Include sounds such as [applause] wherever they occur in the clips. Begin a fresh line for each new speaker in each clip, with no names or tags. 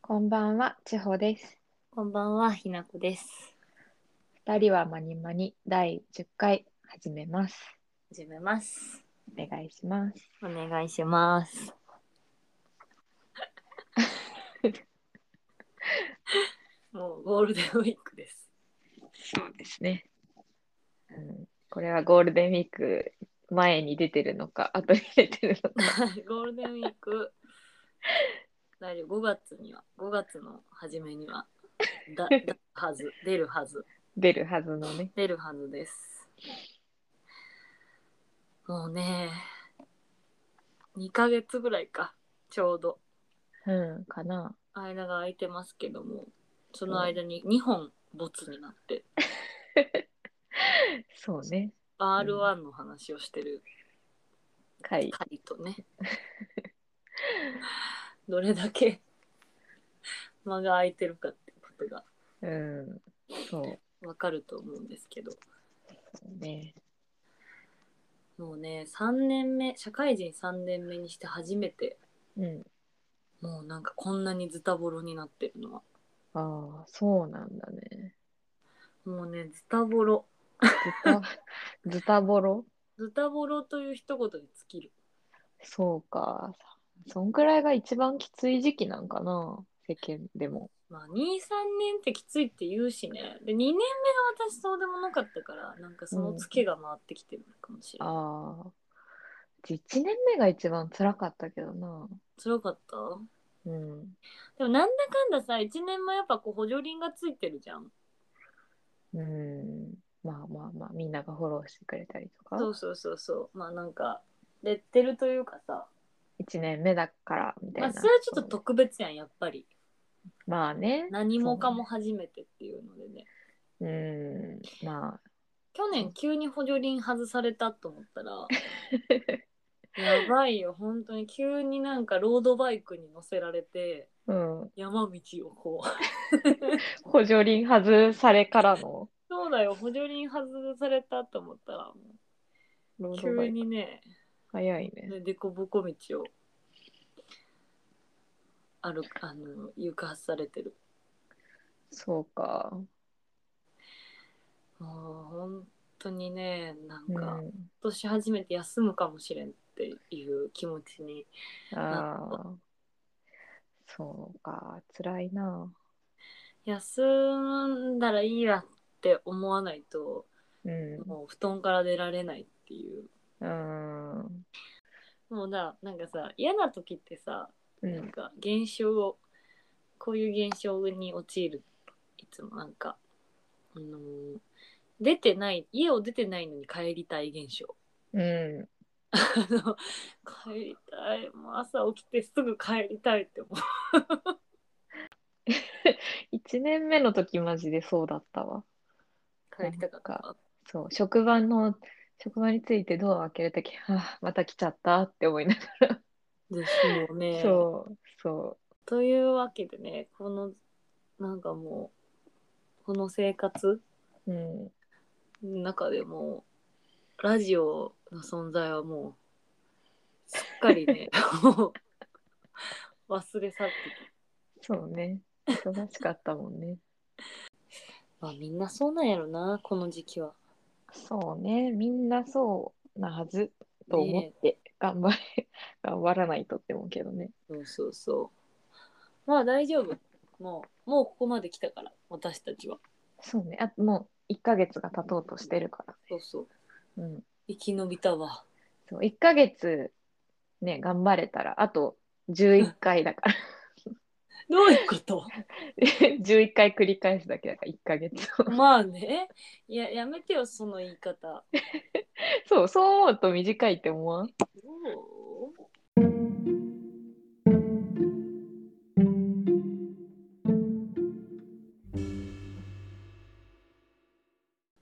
こんばんは、千穂です。
こんばんは、ひなこです。
二人はマニマニ第10回始めます。
始めます。
お願いします。
お願いします。もうゴールデンウィークです。
そうですね。うん、これはゴールデンウィーク前に出てるのか、後に出てるのか。
[laughs] ゴールデンウィーク。大丈夫、5月には、5月の初めには、だ、だはず、出るはず、
出るはずのね。
出るはずです。もうね、2ヶ月ぐらいか、ちょうど。
うん、かな。
間が空いてますけどもその間に2本ボツになって、
そうね。
R1 の話をしてる
回。
回とねどれだけ間が空いてるかってことが
うん。そう
わかると思うんですけど
ね。
もうね3年目社会人3年目にして初めて
うん。
もうなんかこんなにズタボロになってるのは
ああ、そうなんだね。
もうねズタボロ
ズタ、 [laughs] ズタボロ
ズタボロという一言で尽きる
そうか。そんくらいが一番きつい時期なんかな。世間でも。
まあ、2、3年ってきついって言うしね。で、2年目が私そうでもなかったから、なんかそのツケが回ってきてるのかもしれない。
ああ。1年目が一番辛かったけどな。
辛かった
うん。
でもなんだかんださ、1年もやっぱこう補助輪がついてるじゃん。
うん。まあまあまあ、みんながフォローしてくれたりとか。
そうそうそうそう。まあなんか、レッテルというかさ、
1年目だからみたい
ま
な。
あそれはちょっと特別やん、やっぱり。
まあね。
何もかも初めてっていうのでね。
うん。まあ。
去年急に補助輪外されたと思っ
[laughs]
たら、やばいよ、本当に急になんかロードバイクに乗せられて、
うん、
山道をこう
補助輪外されからの
そうだよ補助輪外されたと思ったらも
ロ
う
ードバ
急
イク
にね
早いね。
ねでこぼこ道を歩くあの床発されてる
そうか。
もう本当にねなん
う
か、今
ん、
年初めて休むかもしれんっていう気持ちに
ああ。そうか。辛いな。
休んだらいいやって思わないと
うん。
もう布団から出られないっていう
うん。
もうななんかさ嫌な時ってさ
う
なん
ん。
か現象をこういう現象に陥るいつもなんか、あのー出てない家を出てないのに帰りたい現象 [laughs]
うん。
あの帰りたいもう朝起きてすぐ帰りたいって思う
1年目の時マジでそうだったわ。
帰りたかっ
なん
た
そう、職場の、職場についてドアを開ける時、は [laughs] あ、また来ちゃったって思いなが
ですよ
ら、
ね
そう、そ
というわけでねこのなんかもうこの生活
う、うん、
の中でもうラジオの存在はもうすっかりね [laughs] もう忘れ去ってて
そうね。忙しかったもんね。
まあみんなそうなんやろなこの時期は。
そうね、みんなそうなはずと思って、頑張れ、 [laughs] 頑張らないとって思うけどね。
そうそうそう。まあ大丈夫。もうもうここまで来たから私たちは。
そうね、あもう1ヶ月が経とうとしてるか
そうそう。
ら。うん。
生き延びたわ。
そう、1ヶ月、ね、頑張れたら、あと11回だ [laughs] から。
どういうこと
11回繰り返すだけだから、1ヶ月 [laughs] を。
[laughs] まあね。いややめてよその言い方。
そう、そう思うと短いって思わん
どう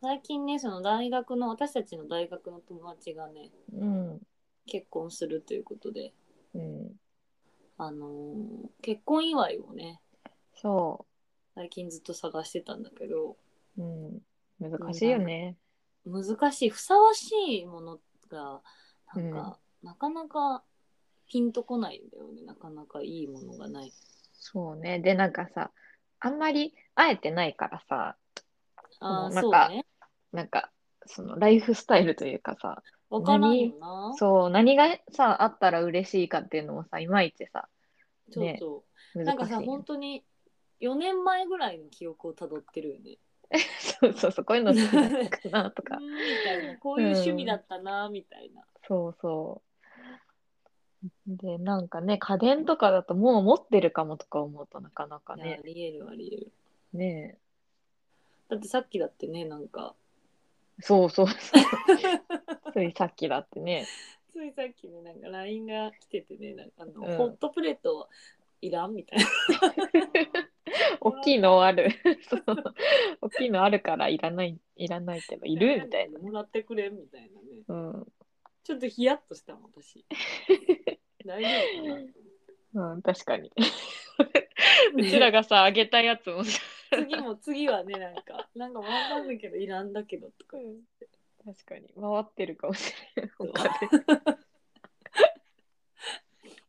最近ねその大学の私たちの大学の友達がね
うん。
結婚するということで
うん。
あのー結婚祝いをね
そ
最近ずっと探してたんだけど
う。うん。難しいよね。
難しいふさわしいものがなんか、なかなかピンとこないんだよねなかなかいいものがない
そうね。で、なんかさ、あんまり会えてないからさ、
ああ、
なん
そう
か
ね。
なんか、そのライフスタイルというかさ、
わからんよな。
そう、何がさ、あったら嬉しいかっていうのもさ、いまいちさ、
そう
ね
そ
難し
う。
い
なんかさ、本当に4年前ぐらいの記憶をたどってるよね。
[laughs] そうそうそう、こういうの好きなのかなと
う [laughs]
か
ん。みたいな、こういう趣味だったな、みたいな。
そうそう。で、なんかね、家電とかだともう持ってるかもとか思うとなかなか
いや
ね
あ。りえるありえる。
ね
だってさっきだってね、なんか、
えそうそう
[laughs]
そう。ついさっきだってね。
ついさっきね、なんか LINE が来ててね、なんかあの、
うん
ホットプレートいらんみ [laughs] たいな。
大きいのあ
[laughs]
る。そう。大きいのあるからいらない、いらないけど、いるみたいな。
もらってくれみたいなね。
うん。
ちょっとヒヤッとしたもん、私。 [laughs] 大丈夫かな
うん、確か
[laughs]
に。うちらがさ、あげたやつもさ。
次も次はね、なんか、なんかわかんないけど、いらんだけどとか。
確かに。回ってるかもしれない。
そう
他で
[laughs]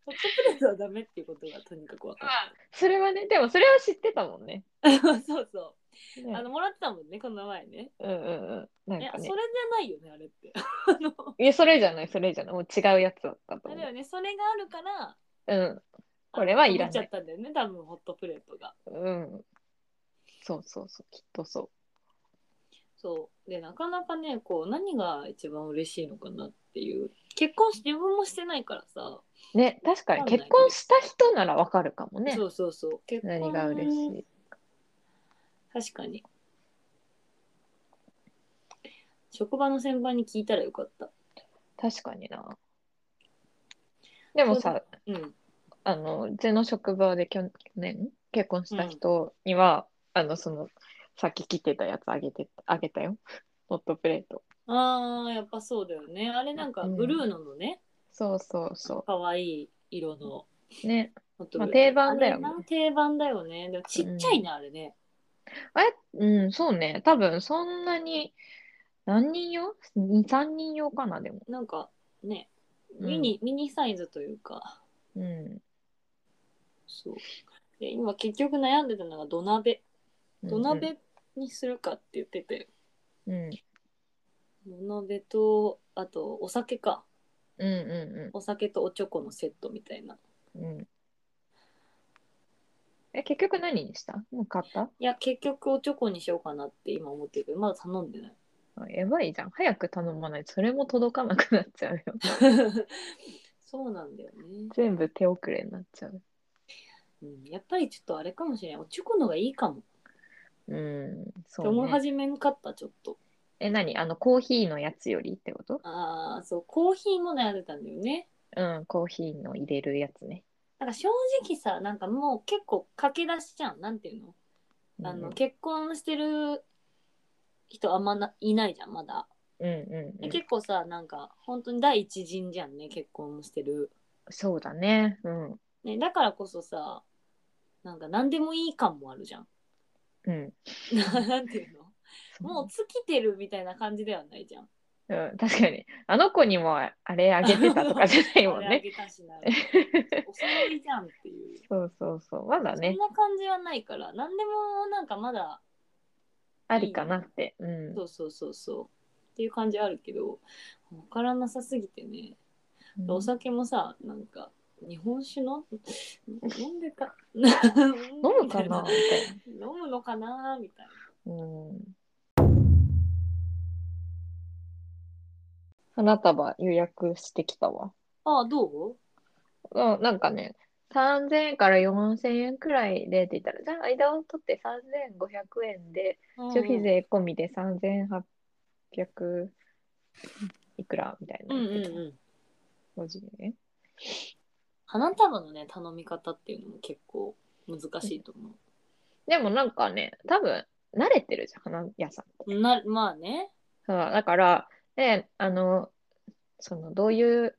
ホットプレートはダメっていうことがとにかく分か
それはね、でもそれは知ってたもんね。
る。 [laughs] そうそ
ね
う。あの、もらってたもんね、この前ね。
うんうんうん。
い
なん
や、
か
それ
ね
じゃ。ないよね、あれ [laughs] って。あの、
いや、それじゃない、それじゃない。もう違うやつだったと思
あれだよね、それがあるから、
う。うん。これはいらない
あの届ちゃったんだよね、多分ホットプレートが。
うん。そうそうそう、きっとそ
そう。で、なかなかね、こう、何が一番嬉しいのかなっていう。結婚し、自分もしてないからさ。
う。ね、確かに
わかんない
結婚した人ならわかるかもね。
そうそうそう。結婚
何が嬉しい。
確かに。職場の先輩に聞いたらよかった。
確かにな。でもさ、
うん。
あの、うちの職場で去去年結婚した人には、あの、その、さっき切ってたやつあげて、あげたよ。 [laughs] ホットプレート。
ああ、やっぱそうだよね。あれなんか、
うん
ブルーノのね、
そうそうそ
可愛い色の
う。ね。
ホット
まあ、
ブルー
定
あ
番だ
れ
よね
な。定番だよね。でもちっちゃいな、あれね。
あれ、うん、そうね。多分、そんなに、何人用 ?2、3人用かな、でも。
なんかね、
うん
ミニ、ミニサイズというか、
うん。
そう。で、今結局悩んでたのが土鍋。土鍋にするかって言ってて、
うんうん。
土鍋と、あとお酒か。
うんう
お酒とおチョコのセットみたいな。
んうん。うん。え、結局何にしたもう買った
いや、結局おチョコにしようかなって今思ってるけど、まだ頼んでない。
あやばいじゃん。早く頼まないと。それも届かなくなっちゃう
[laughs]
よ。
そうなんだよね、
全部手遅れになっちゃう。
うん。やっぱりちょっとあれかもしれない。おチョコの方がいいかも。
うん、そ、
って思いう
ね。
始めんかった、ちょっと。
え、何あの、コーヒーのやつよりってこと
ああ、そう、コーヒーも悩んでたんだよね。
うん、コーヒーの入れるやつね。
なんか正直さ、なんかもう結構駆け出しじゃん。なんていうの、あの、結婚してる人あんまないないじゃん、まだ。
うんうん、う
で
ん。
結構さ、なんか本当に第一陣じゃんね、結婚もしてる。
そうだね。うん。
ね、だからこそさなんか何でもいい感もあるじゃん。 [laughs]
うん。
なんていうの
そう
もう尽きてるみたいな感じではないじゃん。
うん、確かに。あの子にもあれあげてたとかじゃないもん
あれあ
ね。
げ
[laughs]
たしなお揃いじゃんっていう。
そうそうそう。まだ
そん
ね、
な感じはないから何でもなんかまだ
ありかなって。うん。
そうそうそうそうっていう感じあるけど分からなさすぎてね
うん
お酒もさなんか日本酒の飲んで
[laughs]
か飲
飲むかなみたい
飲むのかなみたいな。
な。うん。花束予約してきたわ。
ああどう
うん、なんかね、3000円から4000円くらいでって言ったら、じゃあ間を取って3500円で、消費税込みで3800いくらみたいな
うんう
言
ん
っ
う
て
んう
た。
ん
50円
花束のね頼み方っていうのも結構難しいと思
でもなんかね、多分慣れてるじゃん、花屋さんって。
う。なまあね。
そうだから、で、あの、その、どういう、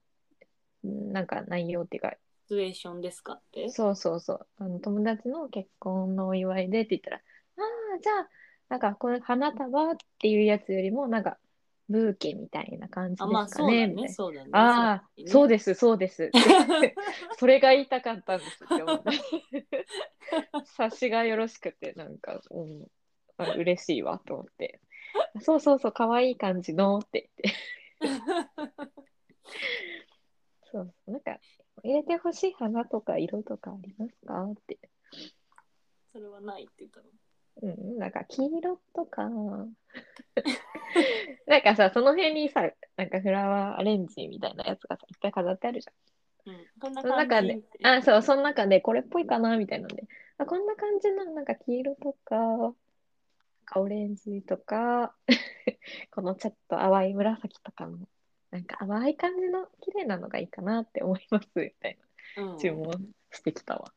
なんか内容っていうか、
シチュエーションですかって。
そうそうそう、あの友達の結婚のお祝いでって言ったら、ああ、じゃあ、なんかこの花束っていうやつよりも、なんか、ブーケみたいな感じ
あ、
で
まあ
す
そ
か
うだ
ねみたい
ね、
な。
そうだね。
ああ、
そ
そううです、そうです。 [laughs]
だね
それが言いたかったんですって思って。
[laughs]
察しがよろしくて、なんか、うん、あ嬉しいわと思って。そうそうそう、可愛い感じのって言って。そうそう、なんか、入れてほしい花とか色とかありますかって。
[laughs] それはないって言ったの。
うん、なんか黄色とか、 [laughs] なんかさ、その辺にさ、なんかフラワーアレンジみたいなやつがさ、いっぱい飾ってあるじゃん。
うん、こんな
その中
感じ
で
っ、
あ、そう、
う。
その中でこれっぽいかなみたいなんで、あ、こんな感じの、なんか黄色とか、なんかオレンジとか、 [laughs] このちょっと淡い紫とかの、なんか淡い感じの綺麗なのがいいかなって思いますみたい
うん
な注文してきたわ。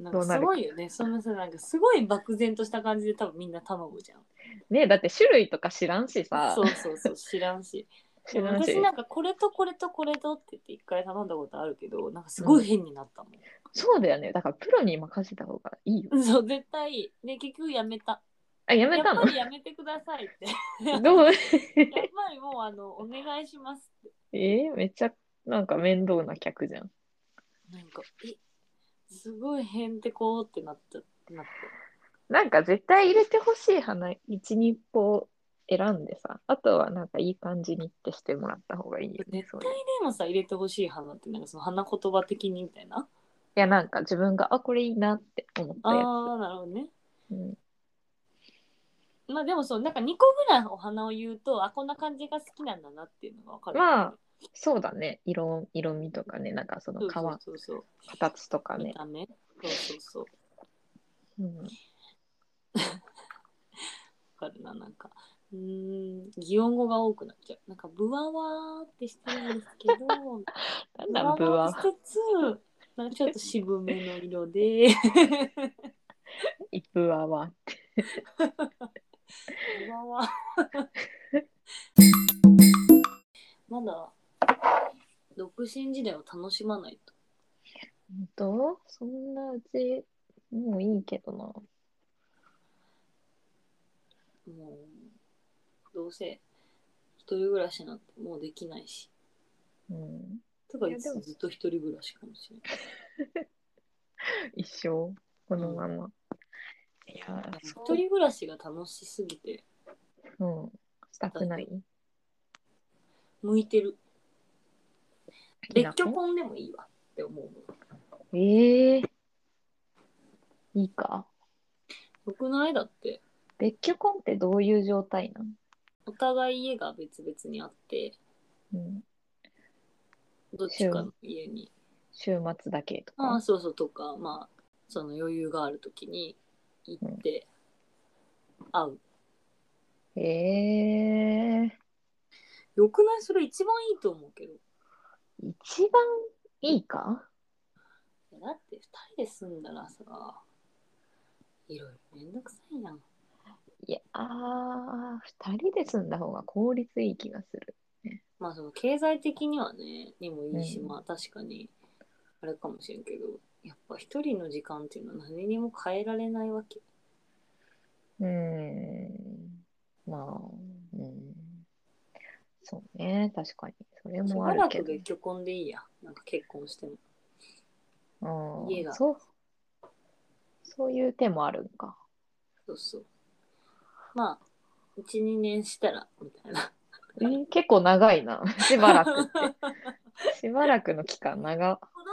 なんかすごいよね。そのさ、なんかすごい漠然とした感じで多分みんな卵じゃん。
ねえだって種類とか知らんしさ
そ、うそうそう、知らんし。
知
でも
らんし
私。なんかこれとこれとこれとって言って一回頼んだことあるけど、なんかすごい変になったもん。
そうだよね。だからプロに任せた方がいいよ。
そう、絶対。で、結局やめた。
あ、やめた
や
の
っぱりやめてくださいって。
どう [laughs]
やっぱりもうあのお願いしますって。
えめっちゃなんか面倒な客じゃん。
なんか、え、すごいへんてこーってなっちゃってなって。
なんか絶対入れてほしい花一日歩選んでさあとはなんかいい感じにってしてもらった方がいいよね
絶
そう
対
いうい
でもさ、入れてほしい花って、なんかその花言葉的にみたいな。
やなんか自分があこれいいなって思った
あ
や
あ、なるほどね。
つ、うん、
まあでもそう、なんか2個ぐらいお花を言うと、あ、こんな感じが好きなんだなっていうのがわかる、
まあ、そうだね色色味とかねなんかその
そう
皮
そうそう
形とか
そう。見
ね、
た目。そうそうそう。
うん、
わかるな、なんか。うーん、擬音語が多くなっちゃう。なんか、ブワワーってしてるんですけ
[laughs]
ど、
なんだろうブワ
しつつ、なんかちょっと渋めの色で、
イブワは
ブワ
[laughs]
ワまだ、独身時代を楽しまないと。
ほんとそんなうちもういいけどな
もう、どうせ、一人暮らしなんてもうできないし。
うん
とか
い
い
やで
つ
も
もずっと一人暮らしかもしれない。
一生このまま、いやー
一人暮らしが楽しすぎて、
そう、うん、したくない
向いてる。
田
別
舎
居婚でもいいわって思う。
ええいいか。
僕の間って、
別居婚ってどういう状態なの
お互い家が別々にあって、
うん、
どっちかの家に。
週末だけと
ああ、
か。
そうそうとか、まあ、その余裕がある時に行って、会う。
ええ
よくないそれ一番いいと思うけど。
一番いいか
いやだって二人で住んだらさ、いろいろめんどくさいやん。
いや、あー二人で住んだ方が効率いい気がする。
まあその経済的にはね、にもいいし、
うん
まあ確かに、あれかもしれんけど、やっぱ一人の時間っていうのは何にも変えられないわけ。
うーん。まあ、うん。そうね、確かに。それ
し
もあ
ば
る
ら
け
く
ど
別。居婚でいいや。なんか結婚しても。
うん
家が
そう、そういう手もあるんか。
そうそう。まあ、1、2年したら、みたいな。
えー結構長いな。 [laughs] しばらくって。
[laughs]
しばらくの期間長。あ
子供が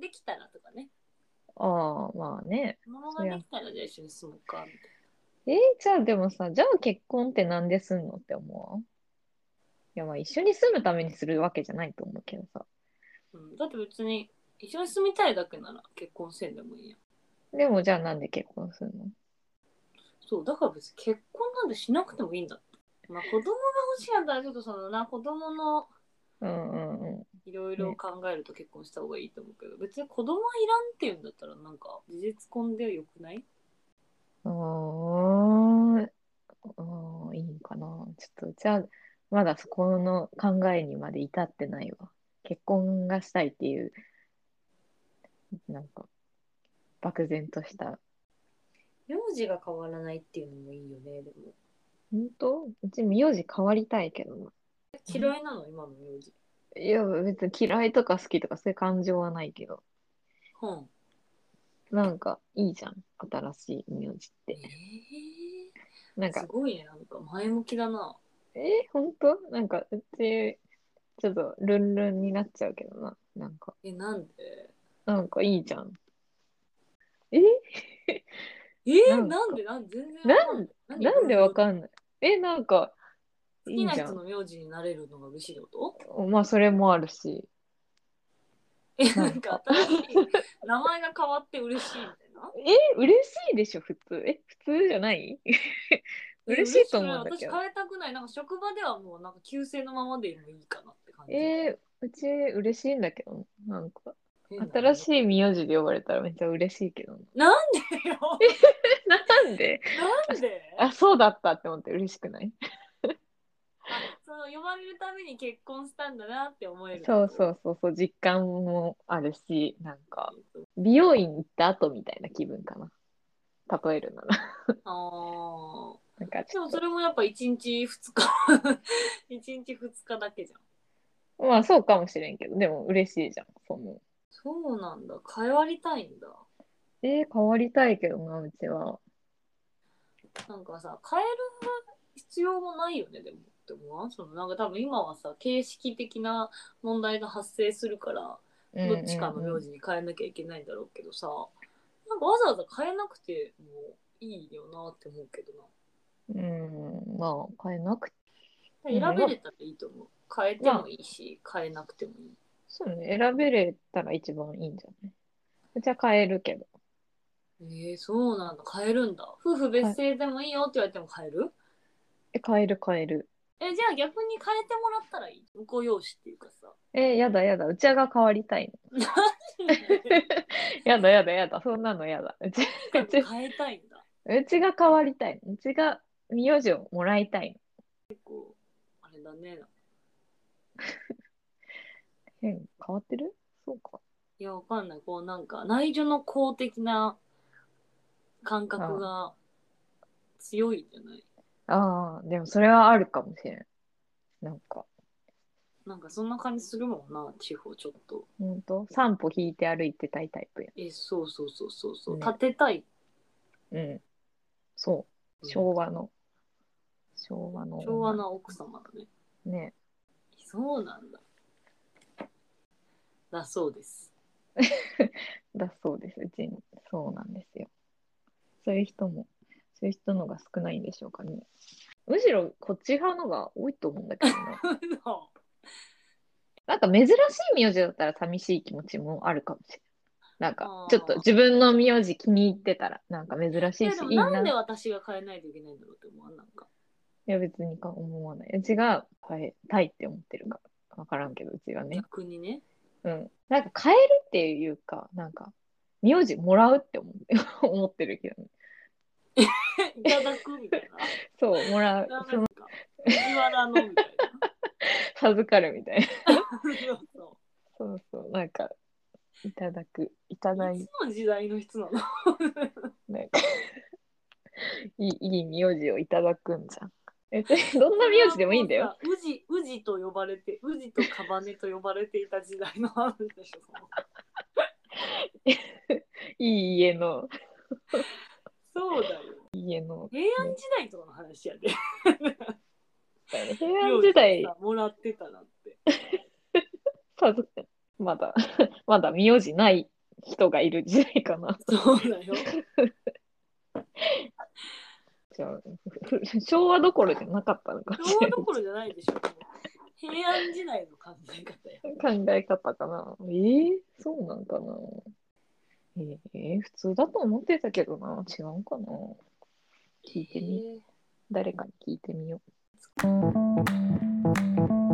できたらとかね。
あ、まあね。
子供ができたらじゃあ一緒に住もうか、みたい
えーじゃあでもさ、じゃあ結婚ってなんですんのって思ういやまあ一緒に住むためにするわけじゃないと思うけどさ。
な。うん、だって別に、一緒に住みたいだけなら結婚せんでもいいやん。
でもじゃあなんで結婚するの
そう、だから別に結婚なんてしなくてもいいんだって。まあ子供が欲しいんだったらちょっとそのな、子供の
うんうんうん。
いろいろ考えると結婚した方がいいと思うけど、別に子供はいらんっていうんだったらなんか事実婚でよくない
うーんうーん、いいんかな。ちょっと、じゃあ、まだそこの考えにまで至ってないわ。結婚がしたいっていう、なんか、漠然とした。
名字が変わらないっていうのもいいよね、でも。
本当うち名字変わりたいけどな。
嫌いなの今の名字。
いや、別に嫌いとか好きとかそういう感情はないけど、
うん。
なんかいいじゃん、新しい名字っ
え
て。なん
ー、す
か、
ごいね。なんか前向きだな。
え本当なんかうち、ちょっとルンルンになっちゃうけどな。なんか、
え、なんで
なんかいいじゃん。え
え
な
ー、
んか
なんでなん全然な
なんでわかんないえ、なんか、
好き
いい
な
じゃ
人
ん。
の名字になれるのが嬉しいってこと
まあ、それもあるし。
え、
な
なん
ん
か
か
新しい名前が変わって嬉しいみたいな。
え、嬉しいでしょ、普通。え、普通じゃない [laughs] 嬉しいと思うんだけ
私
ど。
変えたくない。なんか職場ではもうなんか旧姓のままでいいかなって感じ。
えー、うち嬉しいんだけど、なんか、
変な
新しい名字で呼ばれたらめっちゃ嬉しいけどな。
よ。
[laughs] なんで
なんで
あ、そうだったって思って嬉しくない
その呼ばれるために結婚したんだなって思える。。
そうそううそうそう、実感もあるし、なんか、美容院行った後みたいな気分かな。例えるなら。
あ
なんか
ーで
ちょ
も
っと
そ、れもやっぱ1日2日1日2日だけじゃん
まあそうかもしれんけど、でも嬉しいじゃん、その。
そうなんだ変わりたいんだ
えー、変わりたいけどな、うちは。
なんかさ変える必要もないよねでもって思わんそのなんか多分今はさ形式的な問題が発生するから
うんうん
ど
うん
っちかの名字に変えなきゃいけないんだろうけどさ、なんかわざわざ変えなくてもいいよなって思うけどな
うん、まあ変えなくて、
選べれたらいいと思う変えてもいいし変えなくてもいい
そうね、選べれたら一番いいんじゃないうちは変えるけど。
えー、そうなんだ変えるんだ夫婦別姓でもいいよって言われても変える、
え、変える変える。
えじゃあ逆に変えてもらったらいい婿養子っていうか
[laughs]
さ
え、やだやだ、うちが変わりたいの。やだやだやだ、そんなのやだ。うち、うち、
変えたいんだ
[laughs] うちが変わりたいの。うちが名字をもらいたいの。
あれだね
変、変わってるそうか。
いやわかんないこうなんか内助の公的な感覚が強いんじゃない
ああ、でもそれはあるかもしれん。なんか、
なんかそんな感じするもんな地方ちょっと
ほんと、三歩引いて歩いてたいタイプや。
えそうそうそうそうそう、
ね
立てたい
うん。そう。昭和の。昭和の女。
昭和の奥様だね
ね。
そうなんだだそ
[laughs]
うです
だそうです。うちに。そうなんですよ。そういう人も、そういう人のが少ないんでしょうかね。むしろこっち派のが多いと思うんだけどな。
[laughs]
なんか珍しい名字だったら寂しい気持ちもあるかもしれない。なん
あ
か
ー
ちょっと自分の名字気に入ってたらなんか珍し
い
い
や
し
でも
いい
な
なん
で
い
私が変えないといけないんだろうって思わんなんか
や別にか思わない。うちが変えたいって思ってるから分からんけどうちはね。
逆にね [laughs]
うん。なんか変えるっていうかなんか名字もらう [laughs] って思って思ってるけどね。
いただくみたい
[laughs] そう、もらう
な。なんか藤原のみたい
授かるみたいな。
な [laughs]
そ
そう
うそう、なんか、いただく、いただ
い
い、
つの時代の人なの
なんかいい、いい名字をいただくんじゃん。え、どんな名字でもいいんだよ。。
宇治、宇治と呼ばれて、宇治とカバネと呼ばれていた時代の話でしょ。
いい家の、
そうだよ。
家の、
平安時代とかの話やで。
平安時代
名字、をさもらってたなって。
授かまだ、 [laughs] まだ名字ない人がいる時代かな。
そう
[laughs]
だよ。
じゃあ、ふふ昭和どころじゃなかったのかもし
昭
れ
和どころじゃないでしょ。平安時代の考え方や。
ない。考え方かな。えー、そうなんかな。えー、普通だと思ってたけどな。違うかな。聞いてみ
えー
誰かに聞いてみよう。